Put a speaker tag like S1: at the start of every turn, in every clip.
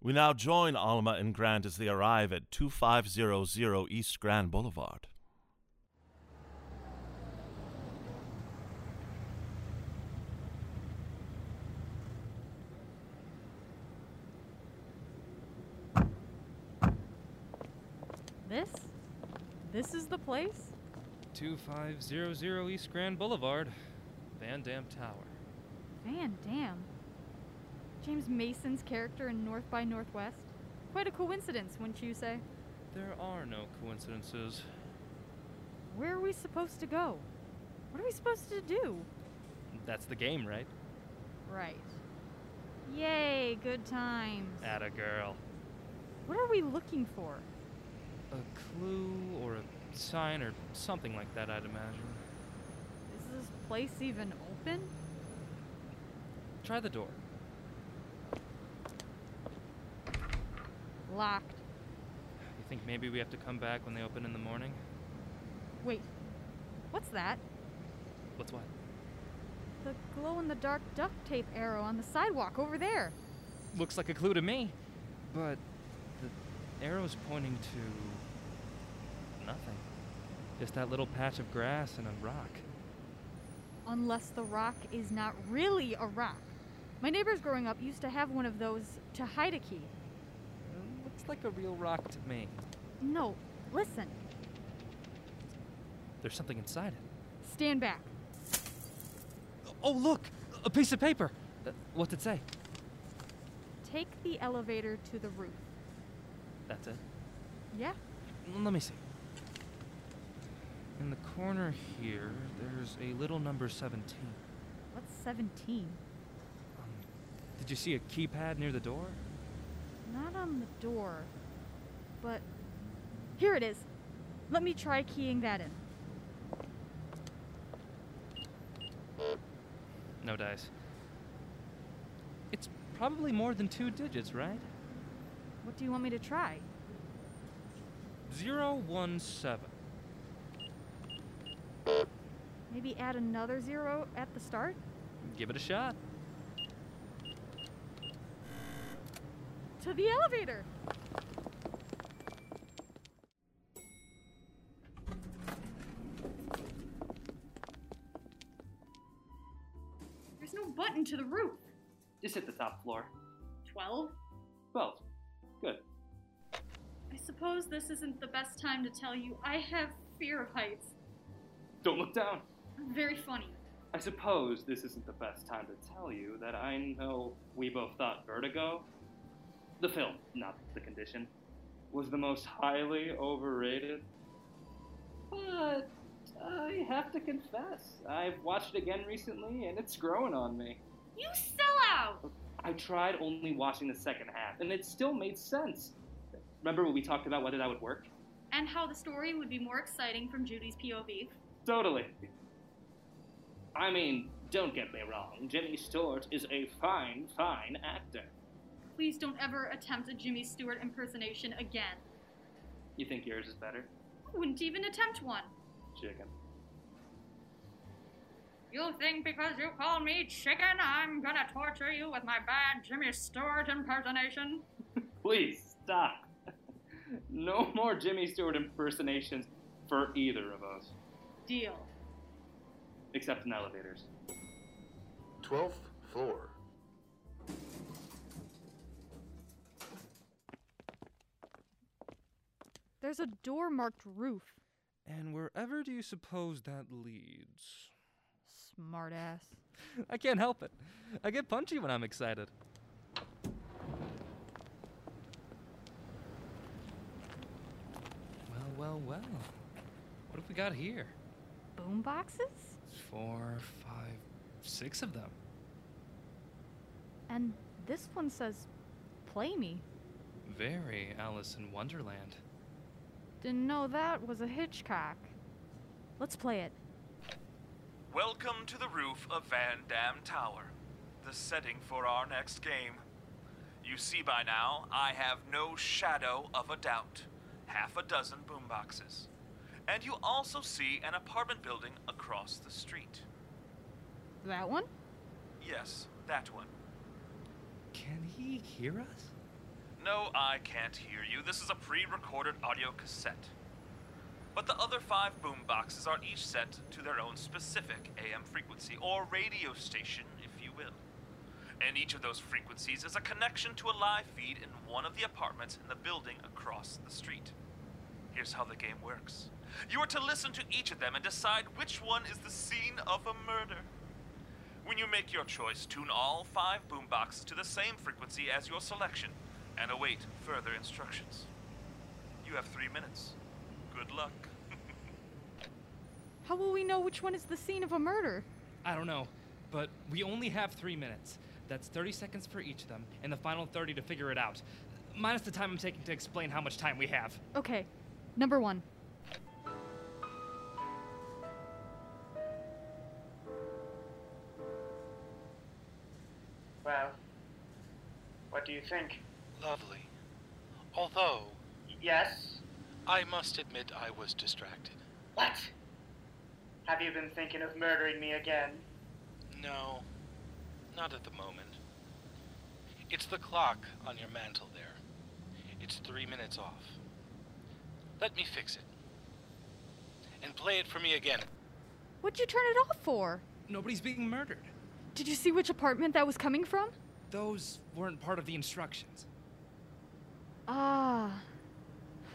S1: We now join Alma and Grant as they arrive at 2500 East Grand Boulevard.
S2: This? This is the place?
S3: 2500 East Grand Boulevard, Van Dam Tower.
S2: Van Dam. James Mason's character in North by Northwest? Quite a coincidence, wouldn't you say?
S3: There are no coincidences.
S2: Where are we supposed to go? What are we supposed to do?
S3: That's the game, right?
S2: Right. Yay, good times.
S3: At a girl.
S2: What are we looking for?
S3: A clue or a sign or something like that, I'd imagine.
S2: Is this place even open?
S3: Try the door.
S2: Locked.
S3: You think maybe we have to come back when they open in the morning?
S2: Wait, what's that?
S3: What's what?
S2: The glow in the dark duct tape arrow on the sidewalk over there.
S3: Looks like a clue to me. But the arrow's pointing to nothing. Just that little patch of grass and a rock.
S2: Unless the rock is not really a rock. My neighbors growing up used to have one of those to hide a key.
S3: It looks like a real rock to me.
S2: No, listen.
S3: There's something inside it.
S2: Stand back.
S3: Oh, look! A piece of paper! Uh, What's it say?
S2: Take the elevator to the roof.
S3: That's it.
S2: Yeah?
S3: Let me see. In the corner here, there's a little number 17.
S2: What's 17?
S3: Um, did you see a keypad near the door?
S2: Not on the door. But. Here it is. Let me try keying that in.
S3: No dice. It's probably more than two digits, right?
S2: What do you want me to try?
S3: 017.
S2: Maybe add another zero at the start?
S3: Give it a shot.
S2: To the elevator! There's no button to the roof.
S4: Just hit the top floor.
S2: 12?
S4: 12. Good.
S2: I suppose this isn't the best time to tell you I have fear of heights.
S4: Don't look down.
S2: I'm very funny.
S4: I suppose this isn't the best time to tell you that I know we both thought Vertigo, the film, not the condition, was the most highly overrated. But I have to confess, I've watched it again recently and it's growing on me.
S2: You sell out!
S4: I tried only watching the second half and it still made sense. Remember when we talked about whether that would work?
S2: And how the story would be more exciting from Judy's POV.
S4: Totally. I mean, don't get me wrong, Jimmy Stewart is a fine, fine actor.
S2: Please don't ever attempt a Jimmy Stewart impersonation again.
S4: You think yours is better?
S2: I wouldn't even attempt one.
S4: Chicken.
S5: You think because you call me chicken, I'm gonna torture you with my bad Jimmy Stewart impersonation?
S4: Please stop. no more Jimmy Stewart impersonations for either of us,
S2: Deal.
S4: except in elevators.
S6: 12th floor.
S2: There's a door marked roof.
S3: And wherever do you suppose that leads?
S2: Smartass.
S3: I can't help it. I get punchy when I'm excited. Well, well, well. What have we got here?
S2: Boom boxes?
S3: Four, five, six of them.
S2: And this one says, Play me.
S3: Very Alice in Wonderland.
S2: Didn't know that was a Hitchcock. Let's play it.
S7: Welcome to the roof of Van Dam Tower, the setting for our next game. You see by now, I have no shadow of a doubt. Half a dozen boomboxes. And you also see an apartment building across the street.
S2: That one?
S7: Yes, that one.
S3: Can he hear us?
S7: No, I can't hear you. This is a pre recorded audio cassette. But the other five boom boxes are each set to their own specific AM frequency, or radio station, if you will. And each of those frequencies is a connection to a live feed in one of the apartments in the building across the street. Here's how the game works you are to listen to each of them and decide which one is the scene of a murder. When you make your choice, tune all five boomboxes to the same frequency as your selection and await further instructions. You have three minutes. Good luck.
S2: How will we know which one is the scene of a murder?
S3: I don't know, but we only have three minutes. That's 30 seconds for each of them, and the final 30 to figure it out. Minus the time I'm taking to explain how much time we have.
S2: Okay, number one.
S8: Well, what do you think?
S9: Lovely. Although,
S8: Yes?
S9: I must admit I was distracted.
S8: What? Have you been thinking of murdering me again?
S9: No, not at the moment. It's the clock on your mantle there. It's three minutes off. Let me fix it. And play it for me again.
S2: What'd you turn it off for?
S3: Nobody's being murdered.
S2: Did you see which apartment that was coming from?
S3: Those weren't part of the instructions.
S2: Ah.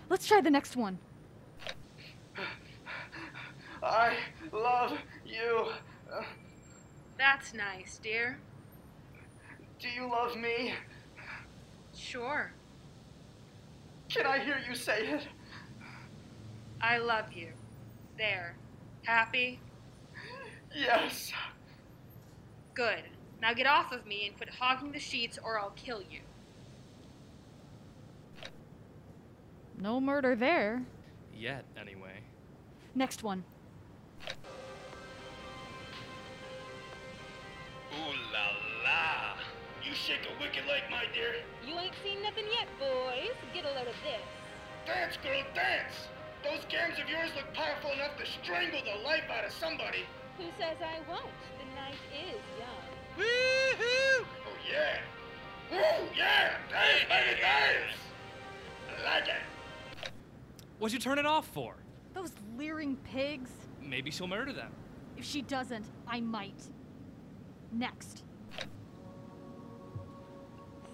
S2: Let's try the next one.
S8: I love you. Uh,
S10: That's nice, dear.
S8: Do you love me?
S10: Sure.
S8: Can I hear you say it?
S10: I love you. There. Happy?
S8: Yes.
S10: Good. Now get off of me and quit hogging the sheets or I'll kill you.
S2: No murder there.
S3: Yet, anyway.
S2: Next one.
S9: Ooh la la! You shake a wicked like my dear.
S11: You ain't seen nothing yet, boys. Get a load of this.
S9: Dance, girl, dance!
S11: Those
S9: gams of yours look powerful enough to strangle the life out of somebody.
S11: Who says I won't? The night is young.
S9: Woo-hoo! Oh yeah! Woo! Yeah! Dance, baby, dance! I like it!
S3: What'd you turn it off for?
S2: Those leering pigs.
S3: Maybe she'll murder them.
S2: If she doesn't, I might. Next.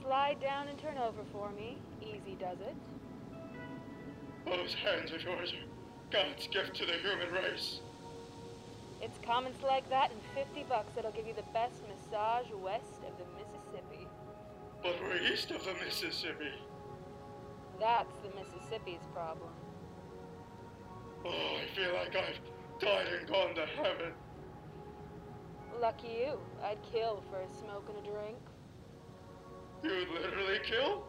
S11: Slide down and turn over for me. Easy does it.
S9: Those hands of yours are God's gift to the human race.
S11: It's comments like that and 50 bucks that'll give you the best massage west of the Mississippi.
S9: But we're east of the Mississippi.
S11: That's the Mississippi's problem.
S9: Oh, I feel like I've died and gone to heaven.
S11: Lucky you. I'd kill for a smoke and a drink.
S9: You literally kill?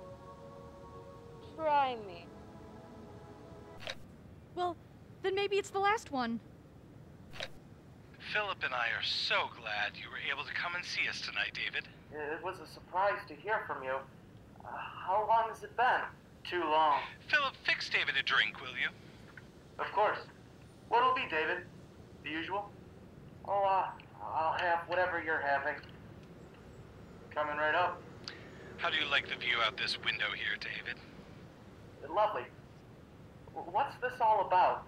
S11: Try me.
S2: Well, then maybe it's the last one.
S9: Philip and I are so glad you were able to come and see us tonight, David.
S8: It was a surprise to hear from you. Uh, how long has it been? Too long.
S9: Philip, fix David a drink, will you?
S8: Of course. What'll be, David? The usual? Oh, uh, I'll have whatever you're having. Coming right up.
S9: How do you like the view out this window here, David?
S8: Lovely. What's this all about?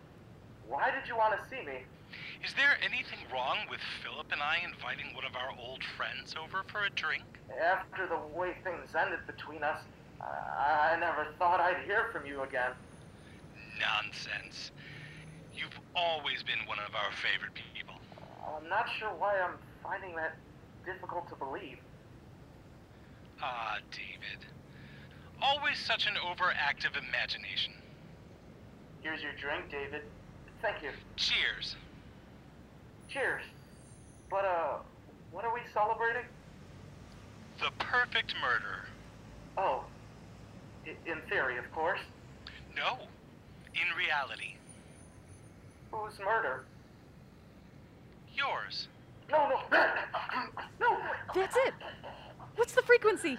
S8: Why did you want to see me?
S9: Is there anything wrong with Philip and I inviting one of our old friends over for a drink?
S8: After the way things ended between us, I, I never thought I'd hear from you again.
S9: Nonsense. You've always been one of our favorite people.
S8: I'm not sure why I'm finding that difficult to believe.
S9: Ah, David. Always such an overactive imagination.
S8: Here's your drink, David. Thank you.
S9: Cheers.
S8: Cheers. But, uh, what are we celebrating?
S9: The perfect murderer.
S8: Oh, I- in theory, of course.
S9: No, in reality,
S8: Whose murder?
S9: yours.
S8: No, no, no!
S2: That's it. What's the frequency?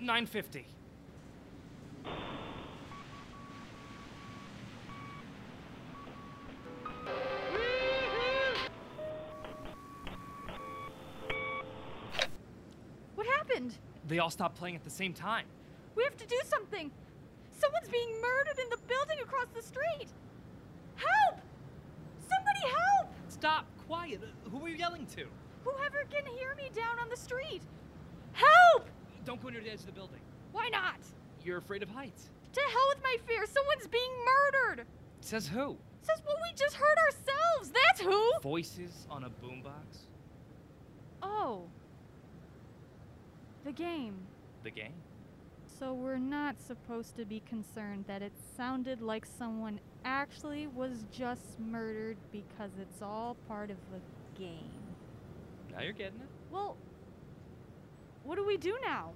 S3: 950.
S2: What happened?
S3: They all stopped playing at the same time.
S10: We have to do something! Someone's being murdered in the building across the street! Help! Somebody help!
S12: Stop, quiet. Who are you yelling to?
S10: Whoever can hear me down on the street! Help!
S12: Don't go near the edge of the building.
S10: Why not?
S12: You're afraid of heights.
S10: To hell with my fear! Someone's being murdered!
S12: Says who?
S10: Says what we just heard ourselves! That's who!
S12: Voices on a boombox?
S10: Oh. The game.
S3: The game?
S10: So we're not supposed to be concerned that it sounded like someone actually was just murdered because it's all part of a game.
S3: Now you're getting it.
S10: Well, what do we do now?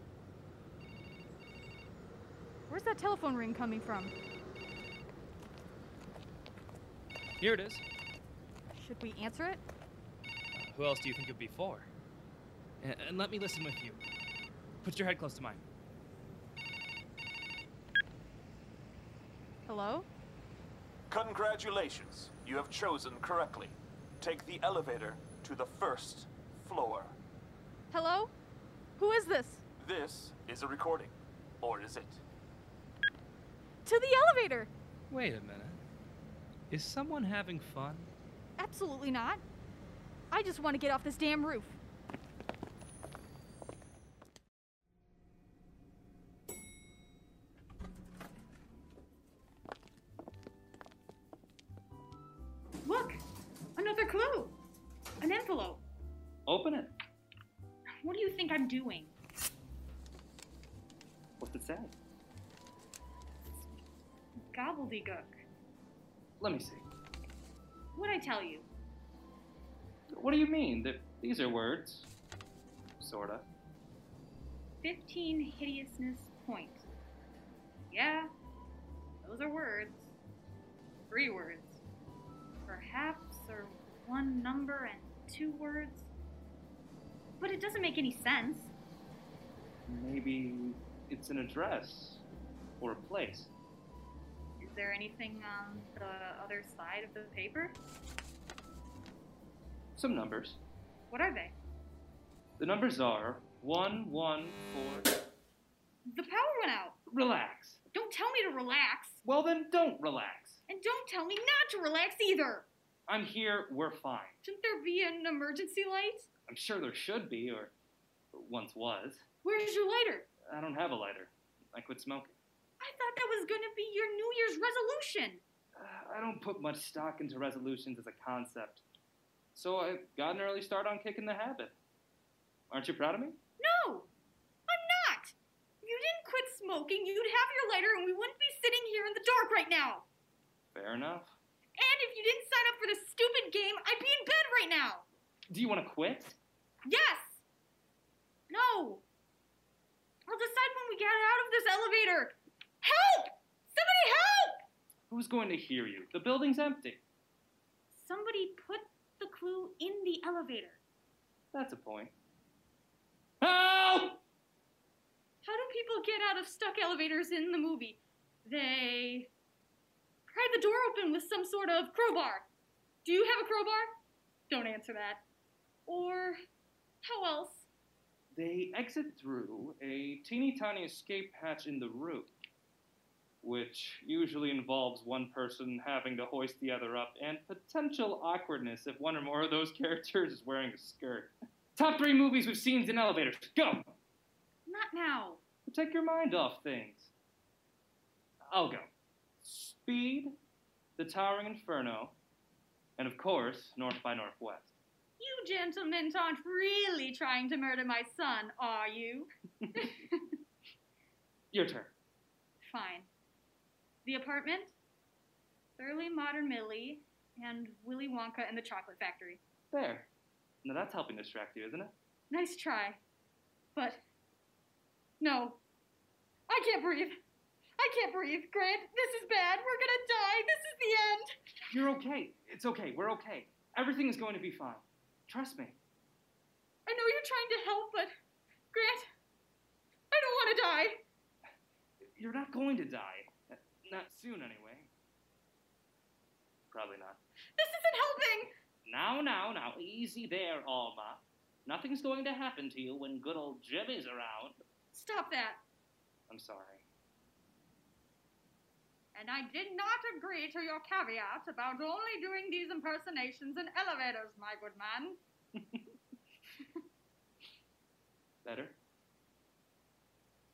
S10: Where's that telephone ring coming from?
S3: Here it is.
S10: Should we answer it?
S3: Who else do you think it'd be for? A- And let me listen with you. Put your head close to mine.
S10: Hello?
S7: Congratulations, you have chosen correctly. Take the elevator to the first floor.
S10: Hello? Who is this?
S7: This is a recording, or is it?
S10: To the elevator!
S3: Wait a minute. Is someone having fun?
S10: Absolutely not. I just want to get off this damn roof.
S2: Look, another clue. An envelope.
S4: Open it.
S2: What do you think I'm doing?
S4: What's it say?
S2: Gobbledygook.
S4: Let me see.
S2: What'd I tell you?
S4: What do you mean? Th- These are words. Sorta.
S2: 15 hideousness point. Yeah, those are words. Three words. Perhaps, or one number and two words. But it doesn't make any sense.
S4: Maybe it's an address or a place.
S2: Is there anything on the other side of the paper?
S4: Some numbers.
S2: What are they?
S4: The numbers are 114.
S2: The power went out.
S4: Relax.
S2: Don't tell me to relax.
S4: Well, then don't relax.
S2: And don't tell me not to relax either.
S4: I'm here, we're fine.
S2: Shouldn't there be an emergency light?
S4: I'm sure there should be, or once was.
S2: Where's your lighter?
S4: I don't have a lighter. I quit smoking.
S2: I thought that was gonna be your New Year's resolution.
S4: I don't put much stock into resolutions as a concept. So I got an early start on kicking the habit. Aren't you proud of me?
S2: No, I'm not. If you didn't quit smoking, you'd have your lighter and we wouldn't be sitting here in the dark right now.
S4: Fair enough.
S2: And if you didn't sign up for this stupid game, I'd be in bed right now.
S4: Do you want to quit?
S2: Yes! No! I'll decide when we get out of this elevator! Help! Somebody help!
S4: Who's going to hear you? The building's empty.
S2: Somebody put the clue in the elevator.
S4: That's a point. Help!
S2: How do people get out of stuck elevators in the movie? They pry the door open with some sort of crowbar. Do you have a crowbar? Don't answer that. Or how else?
S4: They exit through a teeny tiny escape hatch in the roof, which usually involves one person having to hoist the other up and potential awkwardness if one or more of those characters is wearing a skirt. Top three movies we've seen in elevators. Go!
S2: Not now.
S4: Take your mind off things. I'll go. Speed, The Towering Inferno, and of course, North by Northwest.
S2: You gentlemen aren't really trying to murder my son, are you?
S4: Your turn.
S2: Fine. The apartment, Thoroughly Modern Millie, and Willy Wonka and the Chocolate Factory.
S4: There. Now that's helping distract you, isn't it?
S2: Nice try. But no. I can't breathe. I can't breathe, Grant. This is bad. We're gonna die. This is the end.
S4: You're okay. It's okay. We're okay. Everything is going to be fine. Trust me.
S2: I know you're trying to help, but Grant, I don't want to die.
S4: You're not going to die. Not soon, anyway. Probably not.
S2: This isn't helping.
S4: Now, now, now. Easy there, Alma. Nothing's going to happen to you when good old Jimmy's around.
S2: Stop that.
S4: I'm sorry.
S5: And I did not agree to your caveat about only doing these impersonations in elevators, my good man.
S4: Better?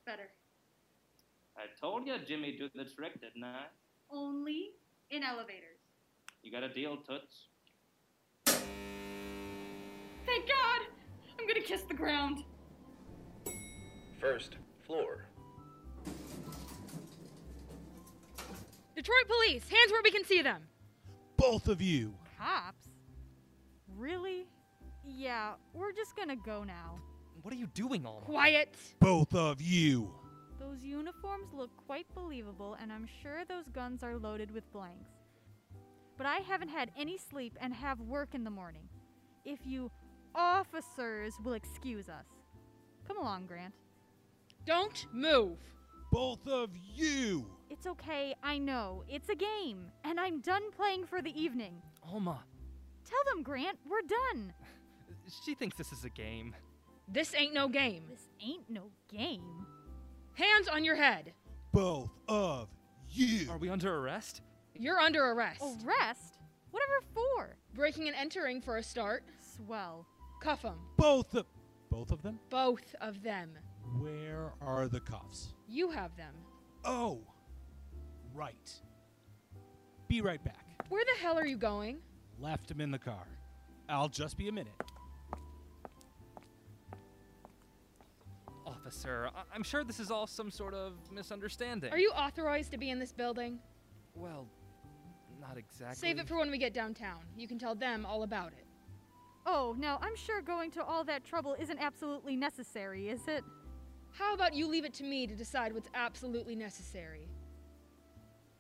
S5: Better.
S4: I told you Jimmy do the trick, didn't I?
S5: Only in elevators.
S4: You got a deal, Toots.
S5: Thank God! I'm gonna kiss the ground.
S6: First floor.
S10: Detroit police, hands where we can see them.
S13: Both of you!
S2: Cops? Really? Yeah, we're just gonna go now.
S3: What are you doing, Alma?
S10: Quiet!
S13: Both of you!
S2: Those uniforms look quite believable, and I'm sure those guns are loaded with blanks. But I haven't had any sleep and have work in the morning. If you officers will excuse us. Come along, Grant.
S10: Don't move!
S13: Both of you!
S2: It's okay, I know. It's a game, and I'm done playing for the evening.
S3: Alma,
S2: Tell them, Grant, we're done.
S3: she thinks this is a game.
S10: This ain't no game.
S2: This ain't no game.
S10: Hands on your head.
S13: Both of you!
S3: Are we under arrest?
S10: You're under arrest.
S2: Arrest? Whatever for?
S10: Breaking and entering for a start.
S2: Swell.
S10: Cuff 'em.
S13: Both of both of them?
S10: Both of them.
S13: Where are the cuffs?
S10: You have them.
S13: Oh, right. Be right back.
S10: Where the hell are you going?
S13: Left him in the car. I'll just be a minute.
S3: Officer, I- I'm sure this is all some sort of misunderstanding.
S10: Are you authorized to be in this building?
S3: Well, not exactly.
S10: Save it for when we get downtown. You can tell them all about it.
S2: Oh, now I'm sure going to all that trouble isn't absolutely necessary, is it?
S10: How about you leave it to me to decide what's absolutely necessary?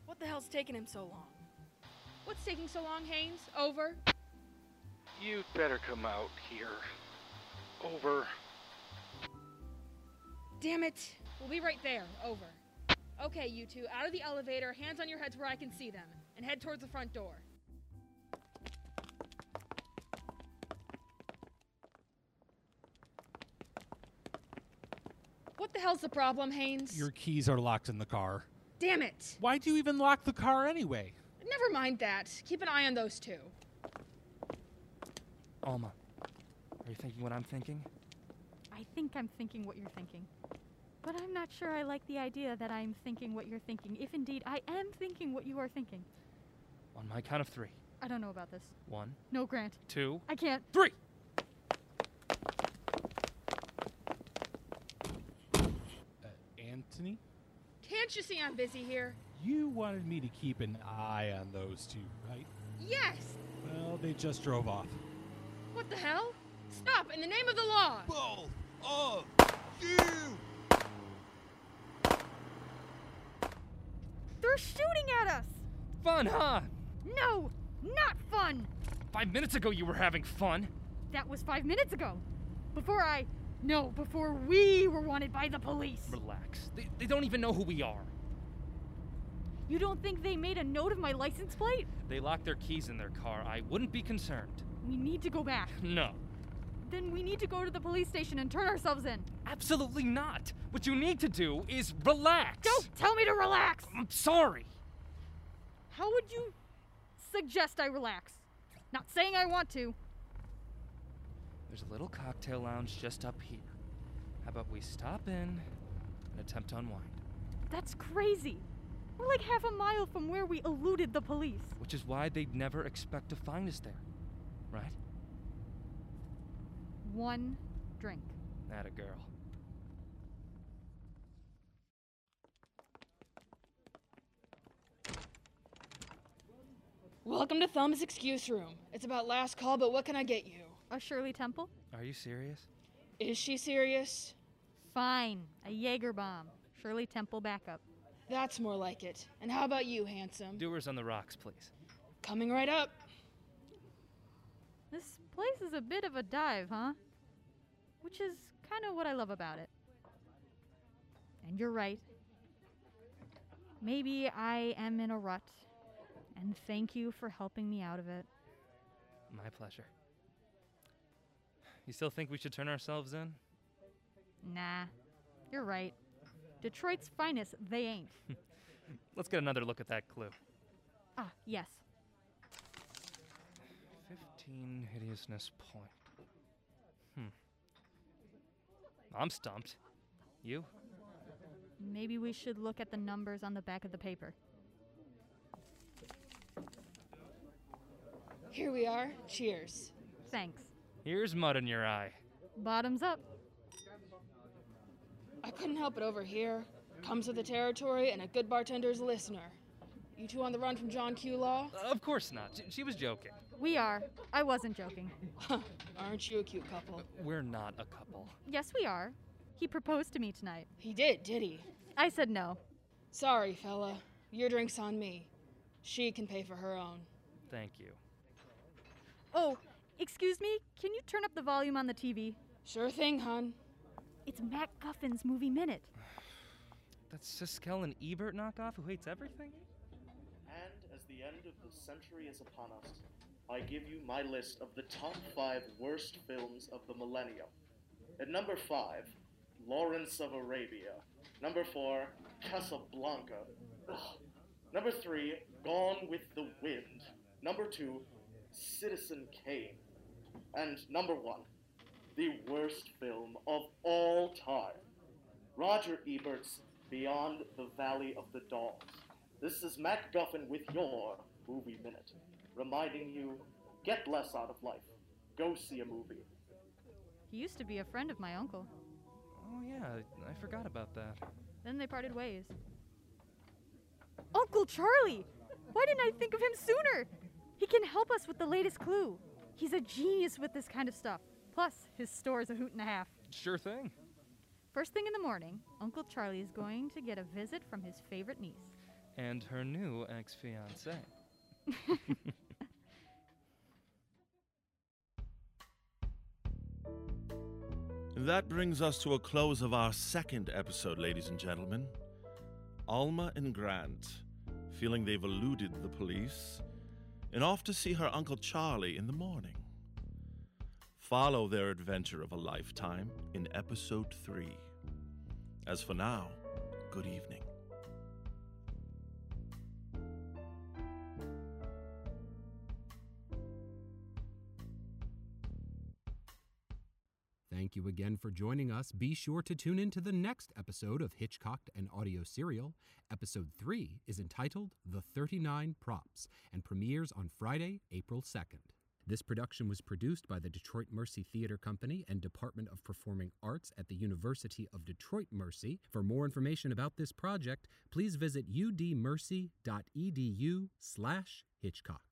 S10: What the hell's taking him so long? What's taking so long, Haynes? Over.
S9: You'd better come out here. Over.
S10: Damn it. We'll be right there. Over. Okay, you two, out of the elevator, hands on your heads where I can see them, and head towards the front door. What the hell's the problem, Haynes?
S13: Your keys are locked in the car.
S10: Damn it.
S13: Why do you even lock the car anyway?
S10: Never mind that. Keep an eye on those two.
S3: Alma, are you thinking what I'm thinking?
S2: I think I'm thinking what you're thinking. But I'm not sure I like the idea that I'm thinking what you're thinking, if indeed I am thinking what you are thinking.
S3: On my count of three.
S2: I don't know about this.
S3: One,
S2: No, Grant.
S3: two,
S2: I can't.
S3: three!
S13: Uh, Anthony?
S10: Can't you see I'm busy here?
S13: You wanted me to keep an eye on those two, right?
S10: Yes!
S13: Well, they just drove off.
S10: What the hell? Stop in the name of the law!
S13: Both of you!
S2: They're shooting at us!
S3: Fun, huh?
S2: No! Oh, Not fun!
S3: Five minutes ago you were having fun.
S2: That was five minutes ago. Before I. No, before we were wanted by the police.
S3: Relax. They, they don't even know who we are.
S2: You don't think they made a note of my license plate?
S3: They locked their keys in their car. I wouldn't be concerned.
S2: We need to go back.
S3: No.
S2: Then we need to go to the police station and turn ourselves in.
S3: Absolutely not. What you need to do is relax.
S2: Don't tell me to relax!
S3: I'm sorry.
S2: How would you suggest I relax? Not saying I want to.
S3: There's a little cocktail lounge just up here. How about we stop in and attempt to unwind?
S2: That's crazy. We're like half a mile from where we eluded the police.
S3: Which is why they'd never expect to find us there. Right?
S2: One drink.
S3: That a girl.
S10: Welcome to Thumb's Excuse Room. It's about last call, but what can I get you?
S2: A Shirley Temple?
S3: Are you serious?
S10: Is she serious?
S2: Fine. A Jaeger bomb. Shirley Temple backup.
S10: That's more like it. And how about you, handsome?
S3: Doers on the rocks, please.
S10: Coming right up.
S2: This place is a bit of a dive, huh? Which is kind of what I love about it. And you're right. Maybe I am in a rut. And thank you for helping me out of it.
S3: My pleasure. You still think we should turn ourselves in?
S2: Nah, you're right. Detroit's finest, they ain't.
S3: Let's get another look at that clue.
S2: Ah, yes.
S3: 15 hideousness point. Hmm. I'm stumped. You?
S2: Maybe we should look at the numbers on the back of the paper.
S10: Here we are. Cheers.
S2: Thanks.
S3: Here's mud in your eye.
S2: Bottoms up.
S10: I couldn't help it over here. Comes with the territory, and a good bartender is a listener. You two on the run from John Q. Law?
S3: Of course not. She, she was joking.
S2: We are. I wasn't joking.
S10: Aren't you a cute couple?
S3: We're not a couple.
S2: Yes, we are. He proposed to me tonight.
S10: He did, did he?
S2: I said no.
S10: Sorry, fella. Your drink's on me. She can pay for her own.
S3: Thank you.
S2: Oh, excuse me, can you turn up the volume on the TV?
S10: Sure thing, hon.
S2: It's Matt Guffin's Movie Minute.
S3: That Siskel and Ebert knockoff who hates everything?
S8: And as the end of the century is upon us, I give you my list of the top five worst films of the millennium. At number five, Lawrence of Arabia. Number four, Casablanca. Ugh. Number three, Gone with the Wind. Number two, Citizen Kane. And number one, the worst film of all time. Roger Ebert's Beyond the Valley of the Dolls. This is Matt Guffin with your Movie Minute, reminding you get less out of life. Go see a movie.
S2: He used to be a friend of my uncle.
S3: Oh, yeah, I forgot about that.
S2: Then they parted ways. Uncle Charlie! Why didn't I think of him sooner? He can help us with the latest clue. He's a genius with this kind of stuff. Plus, his store's a hoot and a half.
S3: Sure thing.
S2: First thing in the morning, Uncle Charlie is going to get a visit from his favorite niece.
S3: And her new ex fiance.
S1: That brings us to a close of our second episode, ladies and gentlemen. Alma and Grant, feeling they've eluded the police, and off to see her Uncle Charlie in the morning. Follow their adventure of a lifetime in episode 3. As for now, good evening.
S7: Thank you again for joining us. Be sure to tune in to the next episode of Hitchcocked an Audio Serial. Episode 3 is entitled The 39 Props and premieres on Friday, April 2nd. This production was produced by the Detroit Mercy Theater Company and Department of Performing Arts at the University of Detroit Mercy. For more information about this project, please visit udmercy.edu/hitchcock.